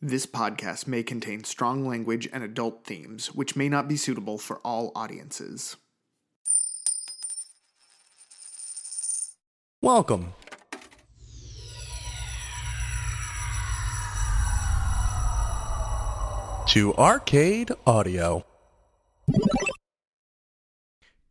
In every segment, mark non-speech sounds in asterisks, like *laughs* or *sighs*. This podcast may contain strong language and adult themes, which may not be suitable for all audiences. Welcome. To Arcade Audio.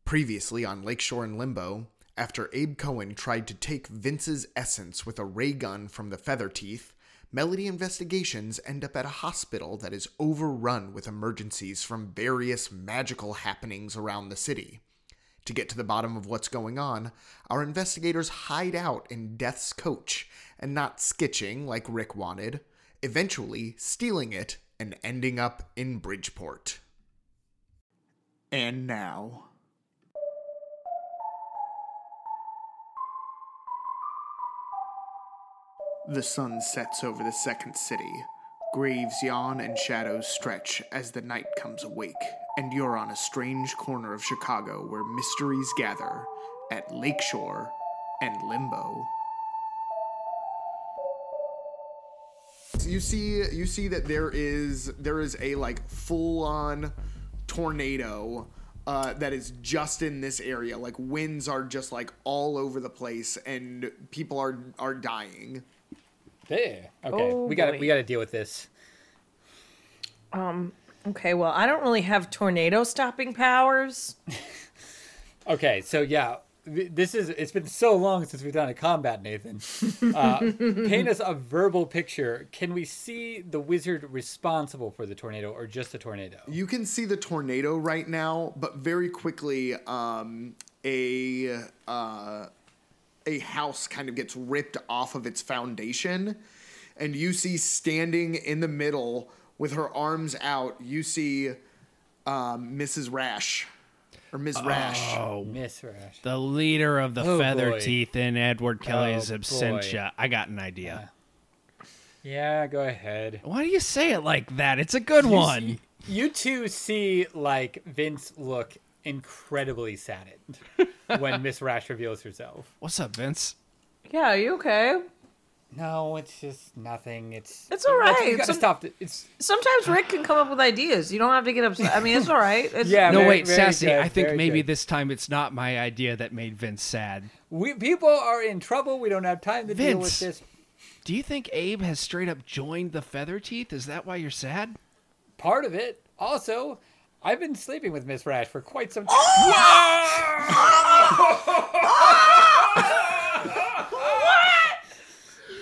Previously on Lakeshore and Limbo, after Abe Cohen tried to take Vince's essence with a ray gun from the Feather Teeth, Melody investigations end up at a hospital that is overrun with emergencies from various magical happenings around the city. To get to the bottom of what's going on, our investigators hide out in Death's coach and not skitching like Rick wanted, eventually stealing it and ending up in Bridgeport. And now. The sun sets over the second city. Graves yawn and shadows stretch as the night comes awake, and you're on a strange corner of Chicago where mysteries gather at Lakeshore and Limbo. You see you see that there is there is a like full on tornado uh, that is just in this area. Like winds are just like all over the place and people are are dying. Yeah. Okay. Oh, we got to boy. we got to deal with this. Okay, well, I don't really have tornado stopping powers. Okay. So yeah, th- this is it's been so long since we've done a combat, Nathan. *laughs* Uh, paint us a verbal picture. Can we see the wizard responsible for the tornado or just the tornado? You can see the tornado right now, but very quickly, um, a uh, a house kind of gets ripped off of its foundation, and you see standing in the middle with her arms out. You see um, Mrs. Rash or Ms. Rash. Miss Rash. The leader of the Oh, Feather boy. Teeth in Edward Kelly's Oh, Absentia. I got an idea. Yeah. Go ahead. Why do you say it like that? It's a good one. You two see like Vince look incredibly *laughs* saddened when Miss Rash reveals herself. What's up, Vince? Yeah, are you okay? No, it's just nothing. It's It's all right. You got to Some- stop. th- It's Sometimes Rick can come up with ideas. You don't have to get upset. I mean, it's all right. It's, Yeah, No, very- wait, very Sassy, good, I think very maybe good. this time it's not my idea that made Vince sad. We people are in trouble. We don't have time to deal with Vince. this. Do you think Abe has straight up joined the Feather Teeth? Is that why you're sad? Part of it. Also, I've been sleeping with Miss Rash for quite some time.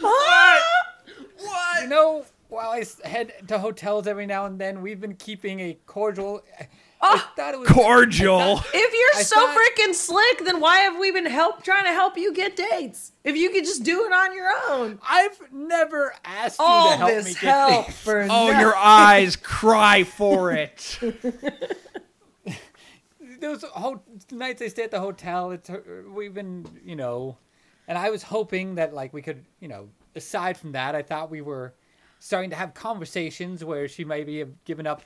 Ah! You know, while I s- head to hotels every now and then, we've been keeping a cordial. I Ah! thought it was Cordial. If you're I so thought- freaking slick, then why have we been help trying to help you get dates? If you could just do it on your own. I've never asked you to All help this me get help things. for *laughs* Oh, nothing. your eyes cry for it. Those ho- nights I stay at the hotel, it's uh, we've been, you know, and I was hoping that like we could, you know, aside from that, I thought we were starting to have conversations where she maybe have given up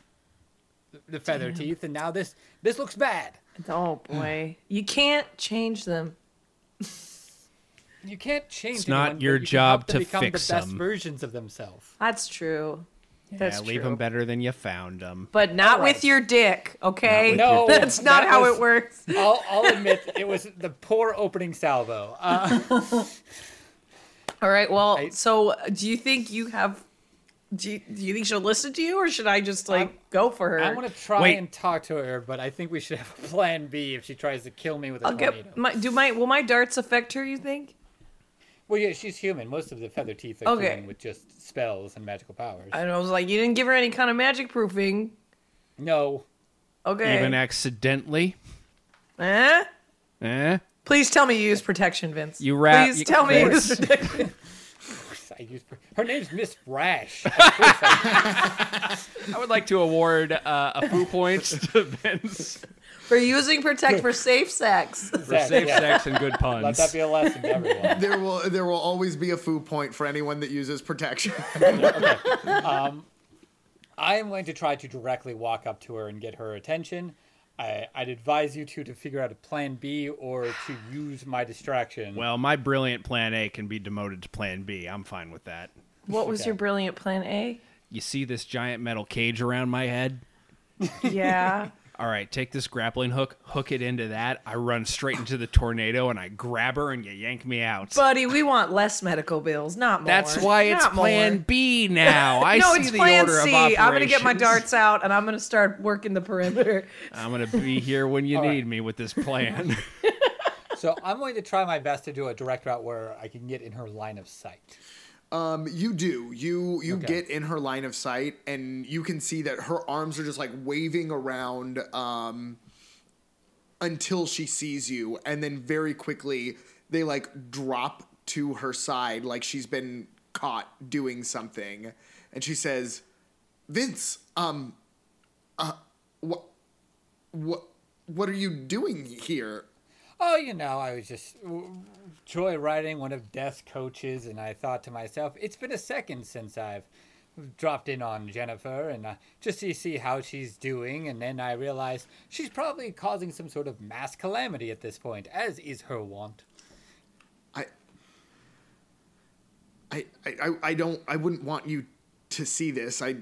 the- the feather teeth, and now this this looks bad. Oh boy, you can't change them. You can't change. It's not anyone, but your you can job help them to become fix the best them. versions of themselves. That's true. That's yeah, leave true. them better than you found them. But not Alright. with your dick, okay? Not with your- No, *laughs* that's not that how was- it works. I'll, I'll admit it was the poor opening salvo. Uh, All right. Well, I- so uh, do you think you have? Do you, do you think she'll listen to you, or should I just Um, like go for her? I want to try Wait. and talk to her, but I think we should have a plan B if she tries to kill me with a I'll tornado. get my. Do my will my darts affect her? You think? Well, yeah, she's human. Most of the feather teeth are Okay. human with just spells and magical powers. I don't know. I was like, you didn't give her any kind of magic proofing. No, *laughs* Okay. Even accidentally. Eh? Eh? Please tell me you use protection, Vince. You rap- Please you- tell me you Vince. use *laughs* protection. I use her name's Miss *laughs* Rash. I would like to award uh, a foo points to Vince for using protect for safe *laughs* sex. for safe sex *laughs* and good Let puns. that be a lesson to *laughs* everyone. There will there will always be a foo point for anyone that uses protection. *laughs* I am going to try to directly walk up to her and get her attention. I, I'd advise you two to figure out a plan B or to use my distraction. Well, my brilliant plan A can be demoted to plan B. I'm fine with that. What was your brilliant plan A? You see this giant metal cage around my head? *laughs* Yeah. All right, take this grappling hook, hook it into that. I run straight into the tornado and I grab her and you yank me out. Buddy, we want less medical bills, not more. That's why it's Not more. plan *laughs* B now. I no, see it's the plan order C. of operations. I'm gonna get my darts out and I'm gonna start working the perimeter. I'm going to be here when you need me with *laughs* this plan. So I'm going to try my best to do a direct route where I can get in her line of sight. Um, you do. You you Okay. get in her line of sight, and you can see that her arms are just like waving around um, until she sees you, and then very quickly they like drop to her side, like she's been caught doing something, and she says, "Vince, um, uh, what, what, what are you doing here?" Oh, you know, I was just joyriding one of Death's coaches, and I thought to myself, it's been a second since I've dropped in on Jennifer, and uh, just to see how she's doing. And then I realized she's probably causing some sort of mass calamity at this point, as is her wont. I, I, I, I- I don't. I wouldn't want you to see this. I,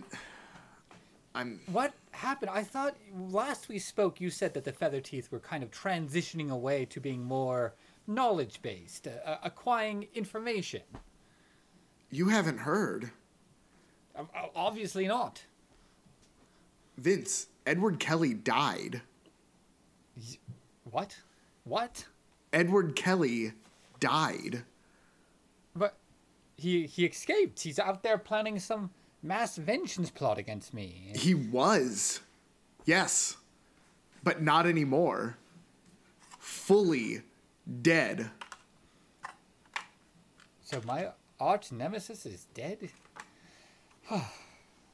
I'm. What happened? I thought last we spoke, you said that the feather teeth were kind of transitioning away to being more knowledge based, uh, acquiring information. You haven't heard, Um, o- Obviously not. Vince. Edward Kelly died. What? What? Edward Kelly died. But he he escaped. He's out there planning some mass vengeance plot against me. He was, yes, but not anymore. Fully dead. So my arch nemesis is dead. *sighs*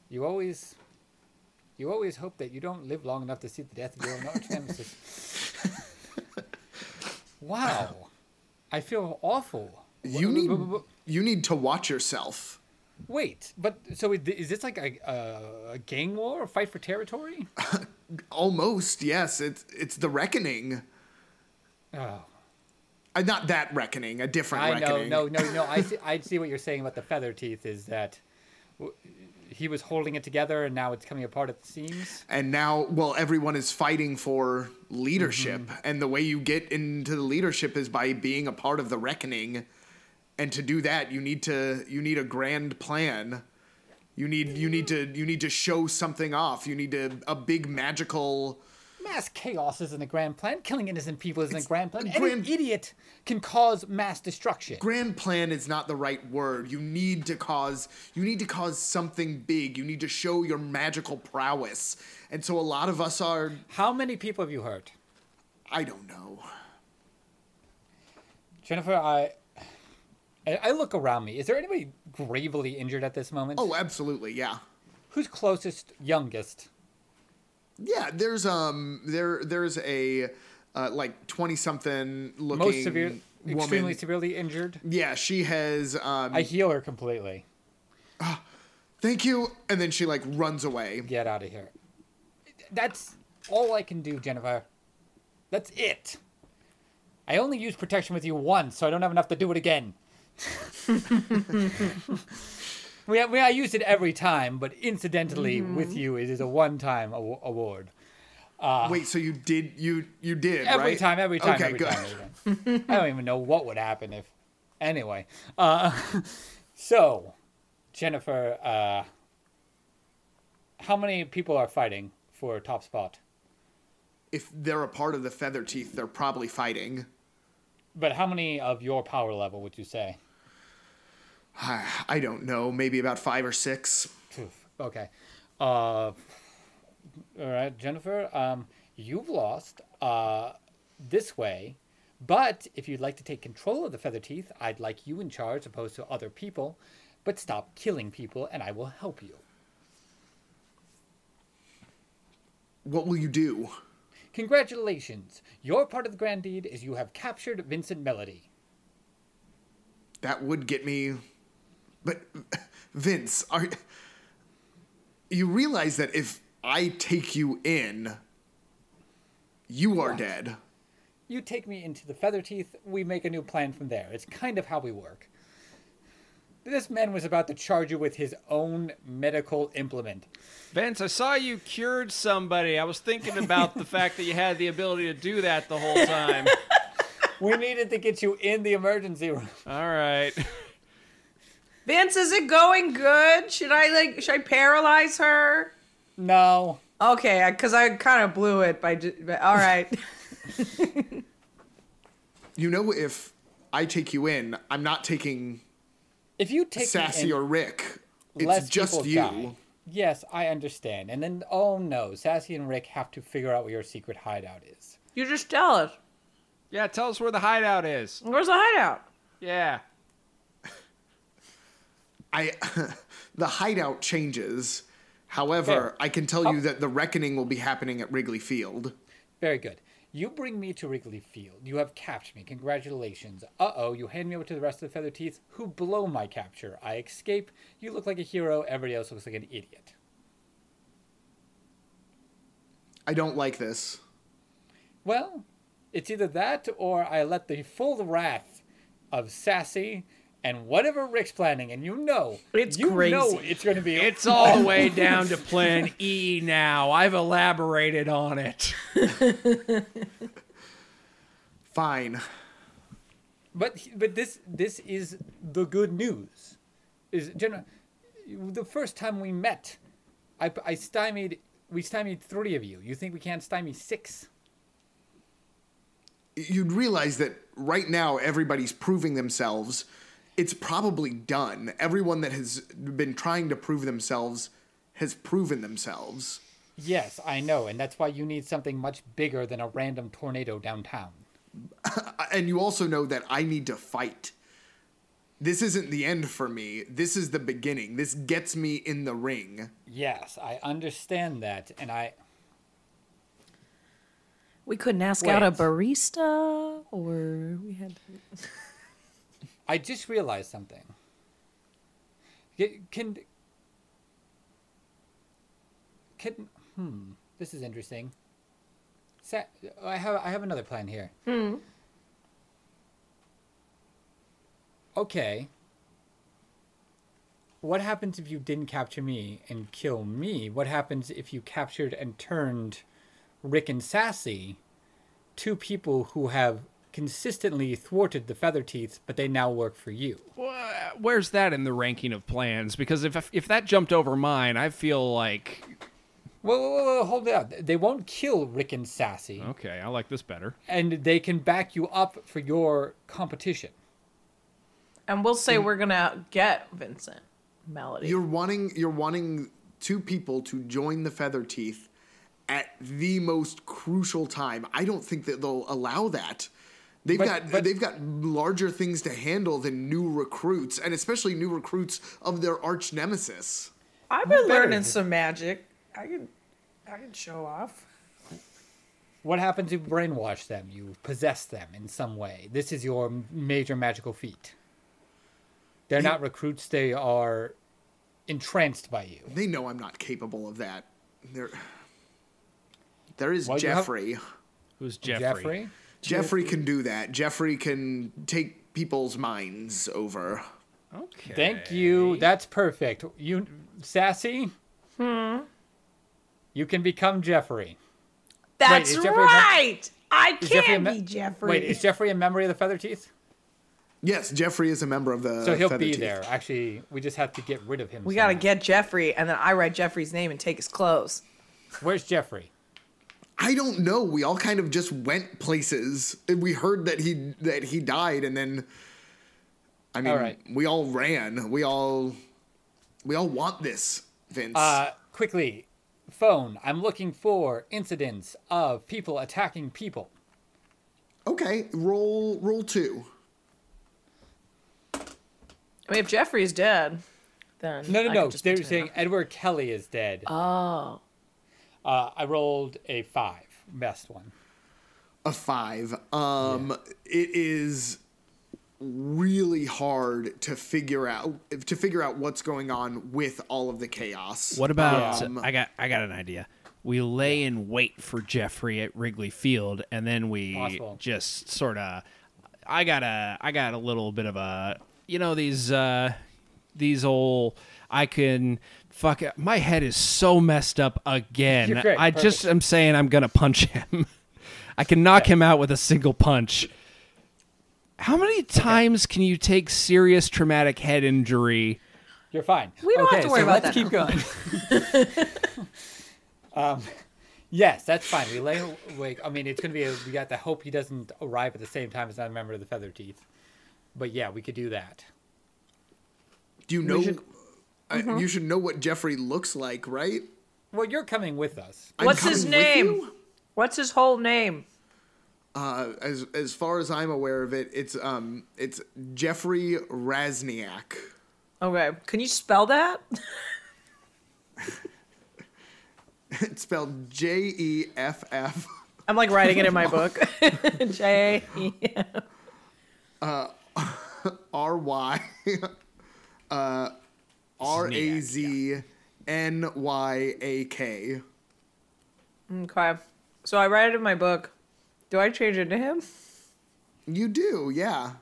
you always you always hope that you don't live long enough to see the death of your own arch *laughs* nemesis. wow. I feel awful. You Wh- need. wh- wh- You need to watch yourself. Wait, but so is thi- is this like a, a, a gang war, a fight *laughs* for territory? Almost, yes. It's it's the reckoning. Oh, Uh, not that reckoning. A different I know, reckoning. no, no, no. I see, I see what you're saying about the feather teeth is that w- he was holding it together and now it's coming apart at the seams. and now well everyone is fighting for leadership and the way you get into the leadership is by being a part of the reckoning and to do that you need to you need a grand plan you need you need to you need to show something off you need to a big magical Mass chaos isn't a grand plan. Killing innocent people isn't a grand plan. grand- Any idiot can cause mass destruction. grand plan is not the right word you need to cause you need to cause something big you need to show your magical prowess and so a lot of us are How many people have you hurt? i don't know Jennifer, I, I I look around me. Is there anybody gravely injured at this moment? oh absolutely yeah Who's closest, youngest? Yeah, there's um there there's a uh, like twenty something looking Most severe, woman. Hmm. extremely severely injured? Yeah, she has um I heal her completely. thank you and then she like runs away. get out of here. That's all I can do, Jennifer. That's it. I only used protection with you once, so I don't have enough to do it again. *laughs* we, we, I used it every time, but incidentally, with you, it is a one time aw- award. Wait, so you did you you did Ah. Every right? time, every time, Okay, every good. time. Every time. *laughs* I don't even know what would happen if. Anyway, uh, *laughs* so Jennifer, uh, how many people are fighting for top spot? If they're a part of the feather teeth, they're probably fighting. But how many of your power level would you say? I don't know, maybe about five or six. Okay. Uh, all right, Jennifer. Um, you've lost uh, this way, but if you'd like to take control of the feather teeth, I'd like you in charge, opposed to other people. But stop killing people, and I will help you. What will you do? Congratulations! Your part of the grand deed is you have captured Vincent Melody. That would get me. But Vince, are you realize that if I take you in, you are dead. You take me into the feather teeth. We make a new plan from there. It's kind of how we work. This man was about to charge you with his own medical implement. Vince, I saw you cured somebody. I was thinking about the fact that you had the ability to do that the whole *laughs* time. We needed to get you in the emergency room. All right. Vince, is it going good? Should I like should I paralyze her? No. Okay, because I kind of blew it by. ju- but all *laughs* right, You know, if I take you in, I'm not taking If you take me Sassy in- or Rick. It's less just people you. die. Yes, I understand. And then, oh no, Sassy and Rick have to figure out where your secret hideout is. you just tell us. Yeah, tell us where the hideout is. Where's the hideout? Yeah. I *laughs* the hideout changes. However, I can tell Oh. you that the reckoning will be happening at Wrigley Field. Very good. You bring me to Wrigley Field. You have captured me. Congratulations. Uh oh, you hand me over to the rest of the Feather Teeth, who blow my capture. I escape. You look like a hero. Everybody else looks like an idiot. I don't like this. Well, it's either that or I let the full wrath of Sassy and whatever Rick's planning, and you know, It's you know crazy. it's going to be It's all the way down *laughs* to plan E now. I've elaborated on it. Fine. But but this this is the good news. Is general the first time we met, I, I stymied we stymied three of you. You think we can't stymie six? You'd realize that right now everybody's proving themselves. It's probably done. Everyone that has been trying to prove themselves has proven themselves. Yes, I know, and that's why you need something much bigger than a random tornado downtown. Uh, And you also know that I need to fight. This isn't the end for me. This is the beginning. This gets me in the ring. Yes, I understand that, and I We couldn't ask out out a a Wait. barista, or we had. I just realized something. Y- Can can hmm, this is interesting. Sa- I have I have another plan here. Hmm. Okay. What happens if you didn't capture me and kill me? What happens if you captured and turned Rick and Sassy? two people who have consistently thwarted the feather teeth but they now work for you Wha- Where's that in the ranking of plans? Because if if that jumped over mine, I feel like whoa, whoa, whoa, whoa, hold it up they won't kill rick and sassy okay, I like this better. and they can back you up for your competition And we'll say we're gonna get Vincent Melody. You're wanting you're wanting two people to join the Feather Teeth at the most crucial time. I don't think that they'll allow that. They've But- got but- they've got larger things to handle than new recruits, and especially new recruits of their arch nemesis. I've better been learning than- some magic. I can, I can show off. what happens if you brainwash them you possess them in some way this is your major magical feat they're not recruits they are entranced by you They know I'm not capable of that. There, there is Well, you have- Jeffrey. Who's Oh, Jeffrey? jeffrey Jeffrey can do that. Jeffrey can take people's minds over. Okay. Thank you. That's perfect. You sassy? Hmm. You can become Jeffrey. That's Jeffrey a mem- right. I Is Jeffrey a can me- be Jeffrey. Wait, is Jeffrey a memory of the Feather Teeth? Yes, Jeffrey is a member of the. So he'll Uh, Feather be Teeth. there. Actually, we just have to get rid of him. we gotta somehow. get Jeffrey, and then I write Jeffrey's name and take his clothes. Where's Jeffrey? I don't know. We all kind of just went places. And We heard that he that he died, and then I mean, All right. we all ran. We all we all want this, Vince. Uh, quickly, phone. I'm looking for incidents of people attacking people. okay, roll roll two. I mean, if Jeffrey is dead, then No, no, I no. could just They're pretend saying not- Edward Kelly is dead. Oh, Uh, I rolled a five. Best one. a five. Um, it is really hard to figure out to figure out what's going on with all of the chaos. What about Um, I got I got an idea. We lay in wait for Jeffrey at Wrigley Field and then we Possible. just sort of I got a I got a little bit of a you know these uh these old I can fuck it. My head is so messed up again. You're great. I just am saying I'm gonna punch him. *laughs* I can knock him out with a single punch. How many times can you take serious traumatic head injury? You're fine. We don't Okay, have to worry so about let's that keep going. um, *laughs* yes, that's fine. We lay awake. I mean, it's gonna be. A, we got to hope he doesn't arrive at the same time as another member of the Feather Teeth. But yeah, we could do that. Do you know? I- Mm-hmm. you should know what Jeffrey looks like, right? Well, you're coming with us. I'm What's his coming with name? you? What's his whole name? Uh, as as far as I'm aware of it, it's um it's Jeffrey Razniak. *laughs* Okay. Can you spell that? *laughs* It's spelled J E F F I'm like writing it in my book. *laughs* J. E. R Y *laughs* uh, R A Z N Y A K. Okay. So I write it in my book. Do I change it to him? You do, yeah.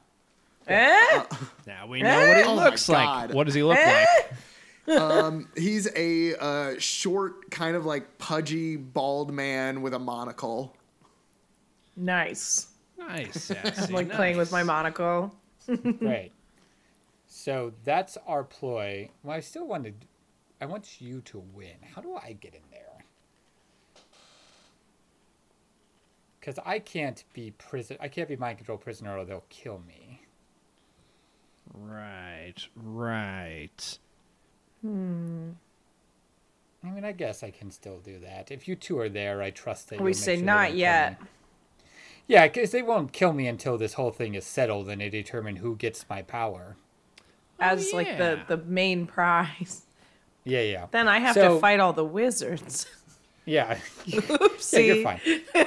Uh, Eh? Now we know what he Oh my looks like. God. What does he look *laughs* like? Eh? He's a uh, short, kind of like pudgy, bald man with a monocle. Nice. Nice, sassy, I'm like playing with my nice. monocle. Mm-hmm. Right. So that's our ploy. Well, I still wanted. I want you to win. How do I get in there? Because I can't be prison. I can't be mind control prisoner, or they'll kill me. Right, right. I mean, I guess I can still do that. If you two are there, I trust that. We you'll make say sure they not won't kill yet. me. Yeah, because they won't kill me until this whole thing is settled and they determine who gets my power. As like the, yeah. the main prize. *laughs* Yeah, yeah. Then I have So- to fight all the wizards. *laughs* Yeah. *laughs* Yeah, Oopsie. you're fine.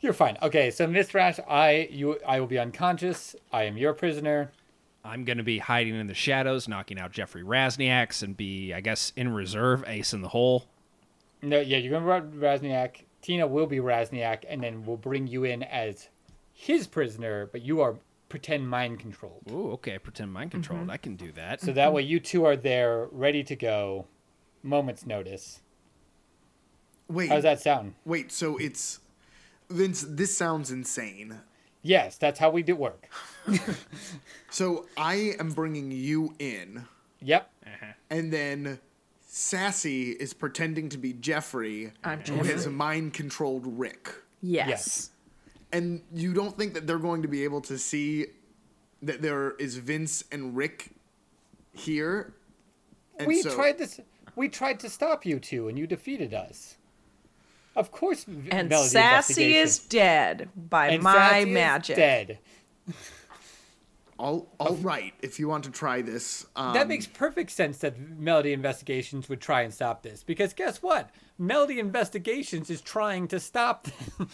you're fine. Okay, so Miss Rash, I you I will be unconscious. I am your prisoner. I'm going to be hiding in the shadows, knocking out Jeffrey Razniaks, and be, I guess, in reserve, ace in the hole. No, yeah, you're gonna be Ra- Razniak. Tina will be Razniak, and then we'll bring you in as his prisoner, but you are pretend mind controlled. Ooh, okay, pretend mind controlled. Mm-hmm. I can do that. So that way you two are there, ready to go, moments notice. Wait, How's that sound? wait. So it's Vince. This sounds insane. Yes, that's how we do work. So I am bringing you in, Yep. and then Sassy is pretending to be Jeffrey, who has mind controlled Rick. Yes. Yes. And you don't think that they're going to be able to see that there is Vince and Rick here? And we so- tried this. We tried to stop you two, and you defeated us. Of course, V- And Melody Sassy Investigation- is dead by and my Sassy is magic. dead. All, all right, if you want to try this. Um, That makes perfect sense that Melody Investigations would try and stop this because guess what? Melody Investigations is trying to stop *laughs* them.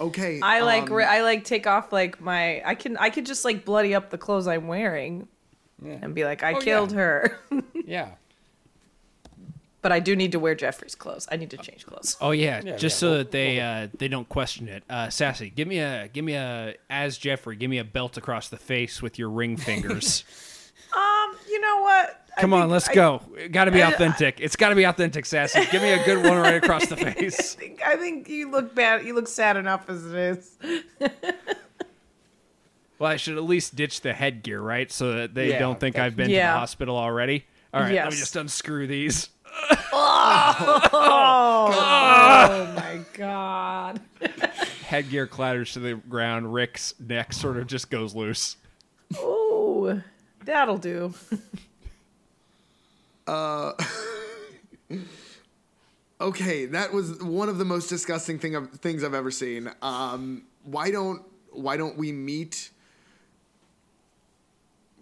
okay. I like um, re- I like take off like my I can I could just like bloody up the clothes I'm wearing and be like I Oh, yeah. killed her. *laughs* yeah. but I do need to wear Jeffrey's clothes. I need to change clothes. Oh yeah, Yeah, just yeah, so we'll- that they uh, they don't question it. Uh, Sassy, give me a give me a as Jeffrey, give me a belt across the face with your *laughs* ring fingers. Oh. Um, you know what? I Come on, think let's I- go. Got to be I- uh, authentic. It's got to be authentic, Sassy. Give me a good one right across the face. I think, I think you look bad. You look sad enough as it is. Well, I should at least ditch the headgear, right? So that they Yeah, don't think I've been to Yeah. the hospital already. All right, let me Yes. just unscrew these. Ah. Oh my god. Headgear clatters to the ground. Rick's neck sort of just goes loose. Ooh, that'll do. *laughs* Okay, that was one of the most disgusting thing of, things I've ever seen. Um, why don't why don't we meet?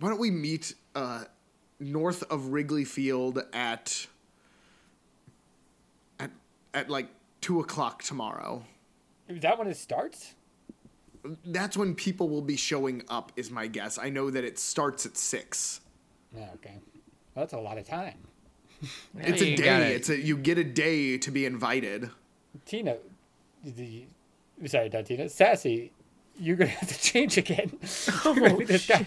Why don't we meet uh, north of Wrigley Field at at at like two o'clock tomorrow? Is that when it starts? That's when people will be showing up, is my guess. I know that it starts at six. Yeah, okay. Well, that's a lot of time. It's a you day. gotta- It's a you get a day to be invited. Tina, the, sorry, not Tina, Sassy, you're gonna have to change again. *laughs* Oh, You're gonna be this guy-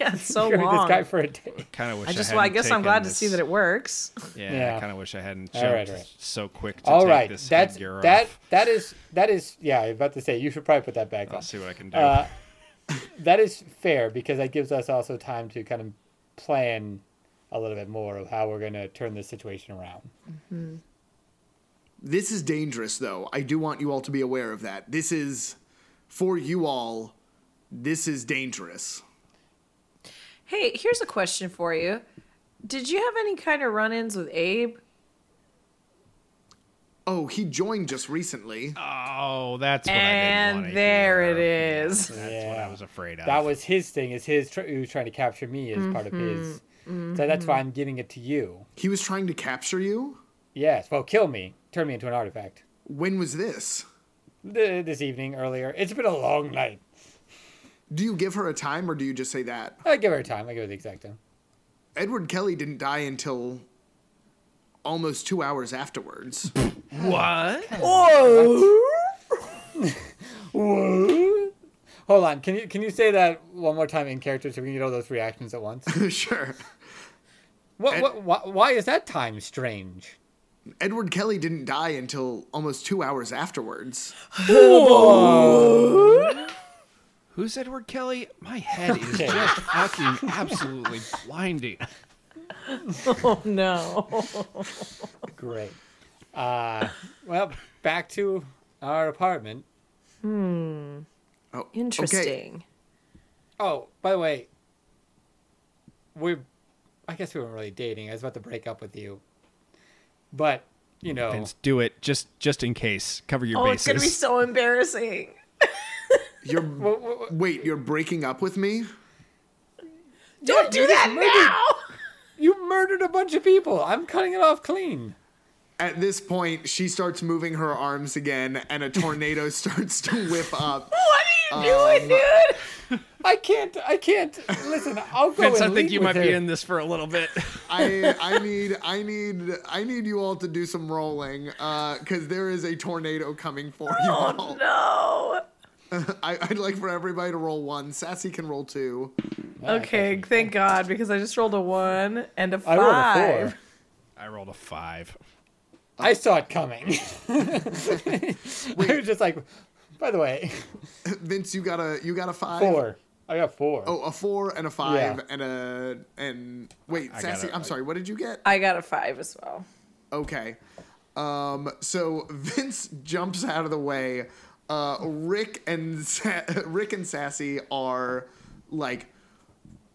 Yeah, it's so you're gonna be long. this guy for a day. Kind of wish. I just, hadn't well, I guess I'm taken glad this- to see that it works. Yeah, I Yeah. kind of wish I hadn't All jumped right, all right. so quick to All take right, this that's headgear that. off. That is that is yeah. I was about to say you should probably put that back on. I'll Oh, see what I can do. Uh, that is fair because that gives us also time to kind of plan a little bit more of how we're going to turn this situation around. This is dangerous, though. I do want you all to be aware of that. This is, for you all, this is dangerous. Hey, here's a question for you. Did you have any kind of run-ins with Abe? Oh, he joined just recently. oh, that's what I didn't wanna And there hear. it is. *laughs* That's what I was afraid of. That was his thing. Is his tr- he was trying to capture me as part of his. So that's why I'm giving it to you. He was trying to capture you? Yes. Well, kill me. Turn me into an artifact. When was this? Th- This evening, earlier. It's been a long night. Do you give her a time or do you just say that? I give her time. I give her the exact time. Edward Kelly didn't die until almost two hours afterwards. *laughs* what? Hold on. Can you can you say that one more time in character so we can get all those reactions at once? sure. what, what, why, why is that time strange? Edward Kelly didn't die until almost two hours afterwards. Who's Edward Kelly? My head is just fucking absolutely blinding. Oh no. Great. Uh, well, back to our apartment. Oh, okay. Interesting. Oh, by the way, we I guess we weren't really dating. I was about to break up with you. But, you know, Vince, do it just just in case. Cover your Oh, it's gonna bases. be so embarrassing. You're, w- w- wait, you're breaking up with me? Don't do that now. *laughs* you murdered a bunch of people. I'm cutting it off clean. At this point, she starts moving her arms again, and a tornado *laughs* starts to whip up. What are you doing, dude? I can't. I can't. Listen, I'll go. Vince, and I think leave you with might her. be in this for a little bit. I, I need, I need, I need you all to do some rolling, because there is a tornado coming for you all. No. I, I'd like for everybody to roll one. Sassy can roll two. Okay, thank God, because I just rolled a one and a I five. rolled a four. *laughs* I rolled a five. I saw it coming. *laughs* I was just like, by the way, Vince, you got a, you got a five. four. I got four. Oh, a four and a five Yeah. and a and wait, I Sassy, gotta- I'm sorry. What did you get? I got a five as well. Okay. Um, so *laughs* Vince jumps out of the way. Uh, Rick and Sa- *laughs* Rick and Sassy are like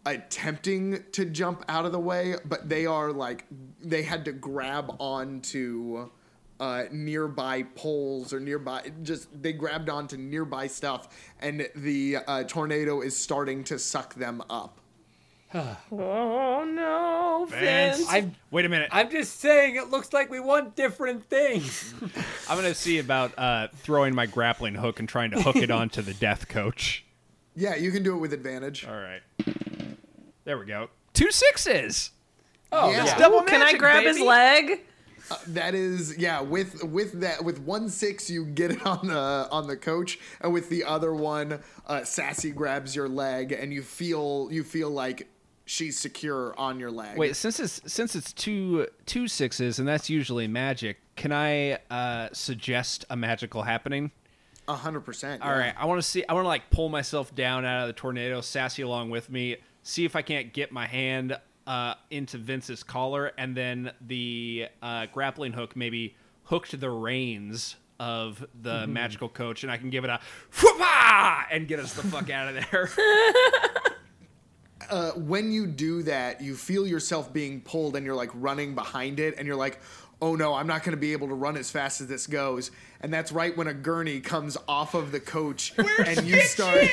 attempting to jump out of the way, but they are like they had to grab onto uh, nearby poles or nearby just they grabbed onto nearby stuff, and the uh, tornado is starting to suck them up. Oh no, Vince, Vince. I'm- wait a minute. I'm just saying, it looks like we want different things. I'm gonna see about uh, throwing my grappling hook and trying to hook it onto the death coach. Yeah, you can do it with advantage. *laughs* All right, there we go. Two sixes. Oh, Yeah. yeah. Double Ooh, can I magic, grab his baby. *laughs* leg? That is yeah. With with that with one six, you get it on the on the coach, and with the other one, uh, Sassy grabs your leg, and you feel you feel like she's secure on your leg. Wait, since it's since it's two two sixes and that's usually magic, can I uh, suggest a magical happening? a hundred percent. All right, I want to see. I want to like pull myself down out of the tornado, sassy along with me, see if I can't get my hand uh, into Vince's collar, and then the uh, grappling hook maybe hooked the reins of the magical coach, and I can give it a whoop-ah! and get us the *laughs* fuck out of there. Uh, when you do that, you feel yourself being pulled, and you're like running behind it, and you're like, oh no, I'm not going to be able to run as fast as this goes. And that's right when a gurney comes off of the coach, and you start. *laughs*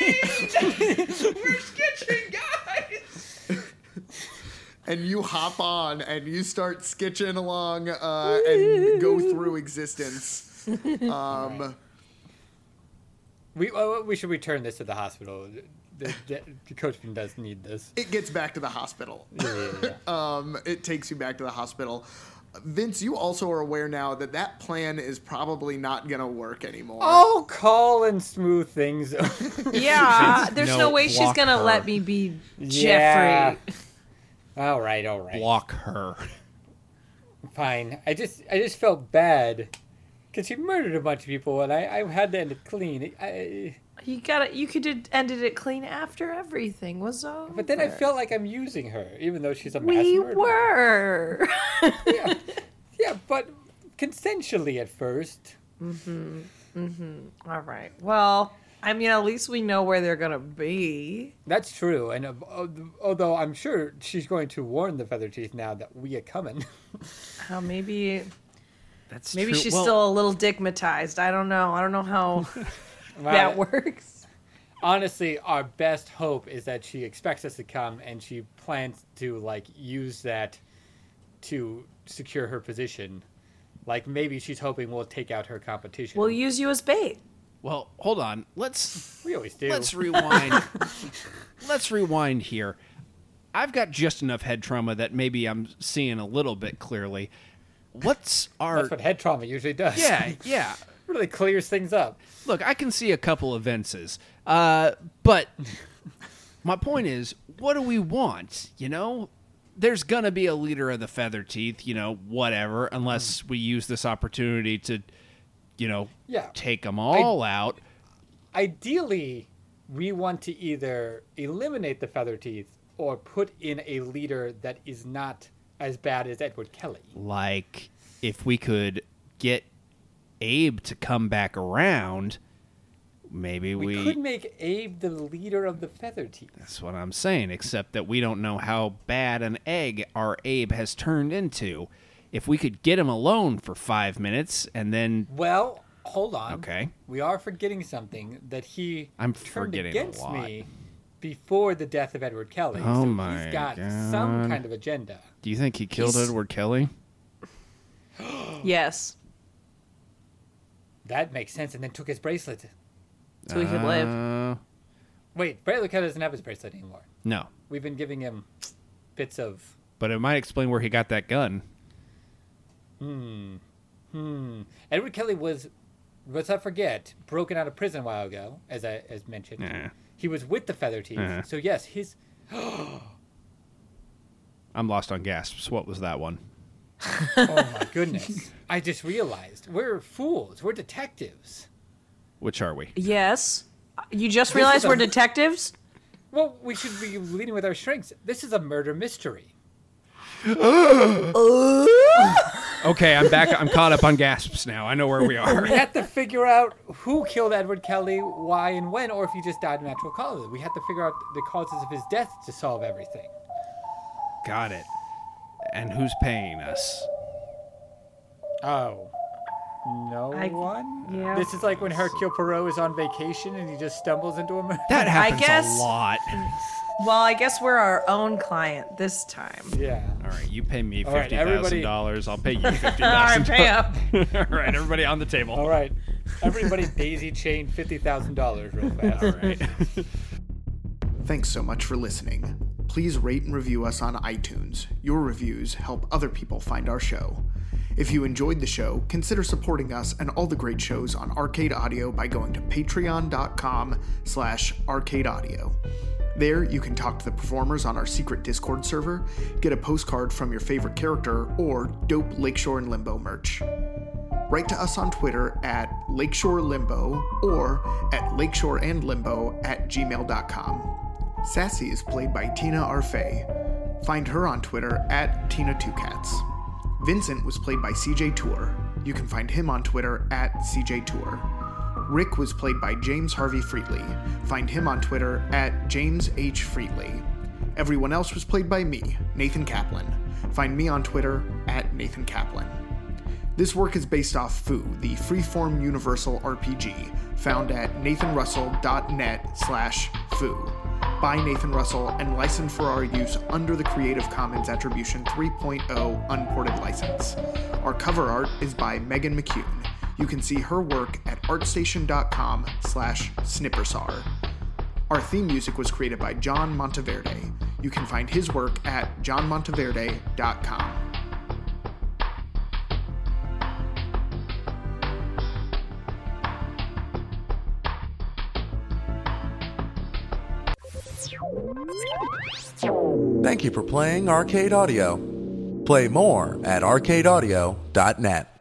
We're sketching, guys. *laughs* and you hop on and you start skitching along uh, and go through *laughs* existence. Um, We uh, we should return this to the hospital. The, the, the coach Bean does need this. it gets back to the hospital. *laughs* Yeah, yeah, yeah. Um, it takes you back to the hospital. Vince, you also are aware now that that plan is probably not going to work anymore. I'll call and smooth things *laughs* over. Yeah, She's- there's no, no, way she's block gonna her. let me be Yeah. Jeffrey. all right, all right. Block her. Fine. I just I just felt bad because she murdered a bunch of people, and I, I had to end it clean. I- I, You gotta. You could have ended it clean after everything was over. but then I felt like I'm using her, even though she's a mass we murderer. were. *laughs* Yeah, but consensually at first. All right. Well, I mean, at least we know where they're gonna be. That's true, and uh, al- although I'm sure she's going to warn the Featherteeth now that we are coming. Uh, maybe. That's Maybe true. she's Well, still a little digmatized. I don't know. I don't know *laughs* how that works. honestly, our best hope is that she expects us to come and she plans to like use that to secure her position. Like maybe she's hoping we'll take out her competition. We'll use you as bait. Well, hold on. Let's we always do. let's rewind. *laughs* let's rewind here. I've got just enough head trauma that maybe I'm seeing a little bit clearly. What's *laughs* our That's what head trauma usually does. *laughs* Yeah, yeah. really clears things up. Look, I can see a couple of Vinces. Uh, but my point is, what do we want? You know, there's going to be a leader of the Feather Teeth, you know, whatever, unless Mm. we use this opportunity to, you know, Yeah. take them all out. Ideally, we want to either eliminate the feather teeth or put in a leader that is not as bad as Edward Kelly. Like, if we could get Abe to come back around, maybe we. We, could make Abe the leader of the feather teeth. That's what I'm saying, except that we don't know how bad an egg our Abe has turned into. If we could get him alone for five minutes and then. Well, hold on. Okay. We are forgetting something that he I'm turned forgetting a against lot. me before the death of Edward Kelly. Oh so my he's got God. some kind of agenda. Do you think he killed He's- Edward Kelly? Oh. Yes, That makes sense. And then took his bracelet. so we could live. Uh, Wait, Edward Kelly doesn't have his bracelet anymore. no. We've been giving him bits of. But it might explain where he got that gun. Edward Kelly was, let's not forget, broken out of prison a while ago, as I as mentioned. Yeah. Uh-huh. He was with the Feather Teeth. Yeah. So yes, his I'm lost on gasps. What was that one? Oh my *laughs* goodness. I just realized we're fools. We're detectives. Which are we? Yes. You just realized *laughs* we're a- detectives. Well, we should be leading with our strengths. This is a murder mystery. Okay, I'm back. I'm caught up on gasps now. I know where we *laughs* are. We had to figure out who killed Edward Kelly, why and when, or if he just died of natural causes. We had to figure out the causes of his death to solve everything. Got it. And who's paying us? Oh. No I- one? yeah. This is like when Hercule Poirot is on vacation and he just stumbles into *laughs* a murder. That happens guess- a lot. Well, I guess we're our own client this time. Yeah. All right, you pay me All right, fifty thousand everybody- dollars. I'll pay you fifty All right, thousand. pay up. *laughs* All right, everybody on the table. All right. Everybody daisy chain $50,000 real fast. *laughs* All right. Thanks so much for listening. Please rate and review us on iTunes. Your reviews help other people find our show. If you enjoyed the show, consider supporting us and all the great shows on Arcade Audio by going to patreon.com slash arcadeaudio. There, you can talk to the performers on our secret Discord server, get a postcard from your favorite character, or dope Lakeshore and Limbo merch write to us on Twitter at Lakeshore Limbo or at lakeshoreandlimbo at gmail.com. Sassy is played by Tina Arfay. Find her on Twitter at Tina2Cats. Vincent was played by CJ Tour. You can find him on Twitter at CJ Tour. Rick was played by James Harvey Freetley. Find him on Twitter at James H. Freetley. Everyone else was played by me, Nathan Kaplan. Find me on Twitter at Nathan Kaplan. This work is based off Foo, the freeform universal RPG, found at nathanrussell.net slash foo. By Nathan Russell and licensed for our use under the Creative Commons Attribution 3.0 Unported License. Our cover art is by Megan McCune. You can see her work at artstation.com slash snippersar. Our theme music was created by John Monteverde. You can find his work at johnmonteverde.com. Thank you for playing Arcade Audio. Play more at arcadeaudio.net.